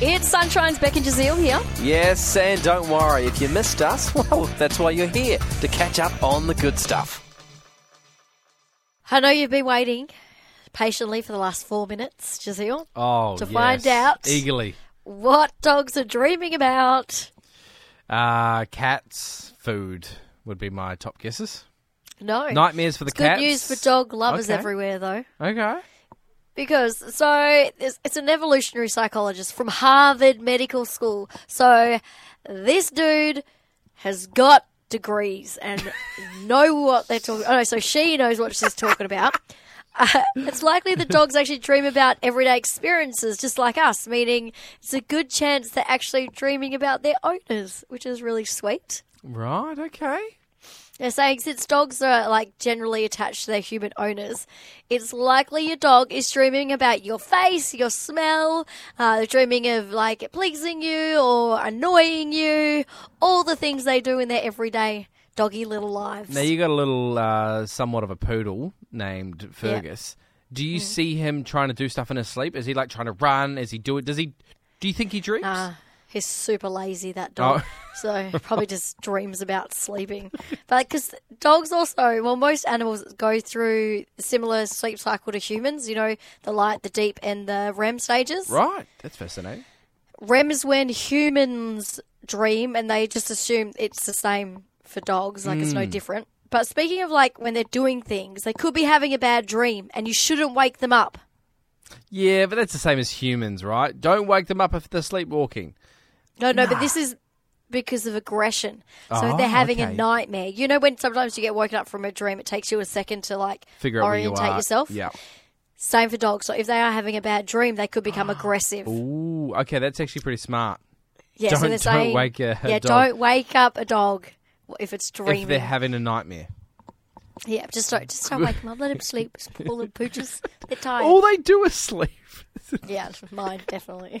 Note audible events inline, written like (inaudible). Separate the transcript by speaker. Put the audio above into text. Speaker 1: It's Sunshine's Beck and Giselle here.
Speaker 2: Yes, and don't worry, if you missed us, (laughs) well, that's why you're here, to catch up on the good stuff.
Speaker 1: I know you've been waiting patiently for the last four minutes, Giselle,
Speaker 3: Oh,
Speaker 1: to
Speaker 3: yes.
Speaker 1: find out
Speaker 3: eagerly.
Speaker 1: what dogs are dreaming about.
Speaker 3: Uh, cats food would be my top guesses.
Speaker 1: No.
Speaker 3: Nightmares for the
Speaker 1: It's good
Speaker 3: cats.
Speaker 1: news for dog lovers
Speaker 3: Okay.
Speaker 1: everywhere, though.
Speaker 3: Okay.
Speaker 1: Because, so, it's, it's an evolutionary psychologist from Harvard Medical School. So, this dude has got degrees and know what they're talking Oh, no, so she knows what she's talking about. Uh, it's likely that dogs actually dream about everyday experiences, just like us, meaning it's a good chance they're actually dreaming about their owners, which is really sweet.
Speaker 3: Right. Okay.
Speaker 1: They're saying since dogs are like generally attached to their human owners, it's likely your dog is dreaming about your face, your smell, uh, they're dreaming of like pleasing you or annoying you, all the things they do in their everyday doggy little lives.
Speaker 3: Now you got a little uh, somewhat of a poodle named Fergus. Do
Speaker 1: Mm.
Speaker 3: you see him trying to do stuff in his sleep? Is he like trying to run? Is he do it? Does he? Do you think he dreams?
Speaker 1: Uh, he's super lazy, that dog.
Speaker 3: Oh. (laughs)
Speaker 1: So probably just dreams about sleeping. But because dogs also, well, most animals go through similar sleep cycle to humans, you know, the light, the deep, and the REM stages.
Speaker 3: Right. That's fascinating.
Speaker 1: REM is when humans dream and they just assume it's the same for dogs, like it's no
Speaker 3: Mm.
Speaker 1: different. But speaking of like when they're doing things, they could be having a bad dream and you shouldn't wake them up.
Speaker 3: Yeah, but that's the same as humans, right? Don't wake them up if they're sleepwalking.
Speaker 1: No, no, but this is because of aggression. So if
Speaker 3: Oh,
Speaker 1: they're having a
Speaker 3: okay.
Speaker 1: nightmare. You know when sometimes you get woken up from a dream, it takes you a second to like
Speaker 3: Figure out
Speaker 1: orientate
Speaker 3: where you are.
Speaker 1: yourself.
Speaker 3: Yeah.
Speaker 1: Same for dogs. So if they are having a bad dream, they could
Speaker 3: (gasps)
Speaker 1: become aggressive.
Speaker 3: Ooh. Okay. That's actually pretty smart.
Speaker 1: Yeah, so
Speaker 3: Don't-
Speaker 1: they're
Speaker 3: don't
Speaker 1: saying,
Speaker 3: wake a- a
Speaker 1: yeah,
Speaker 3: dog.
Speaker 1: don't wake up a dog if it's dreaming.
Speaker 3: If they're having a nightmare.
Speaker 1: yeah, just don't, just don't wake them up. Let them sleep. It's Poor little pooches. They're tired.
Speaker 3: All Oh, they do is sleep.
Speaker 1: Yeah, mine definitely.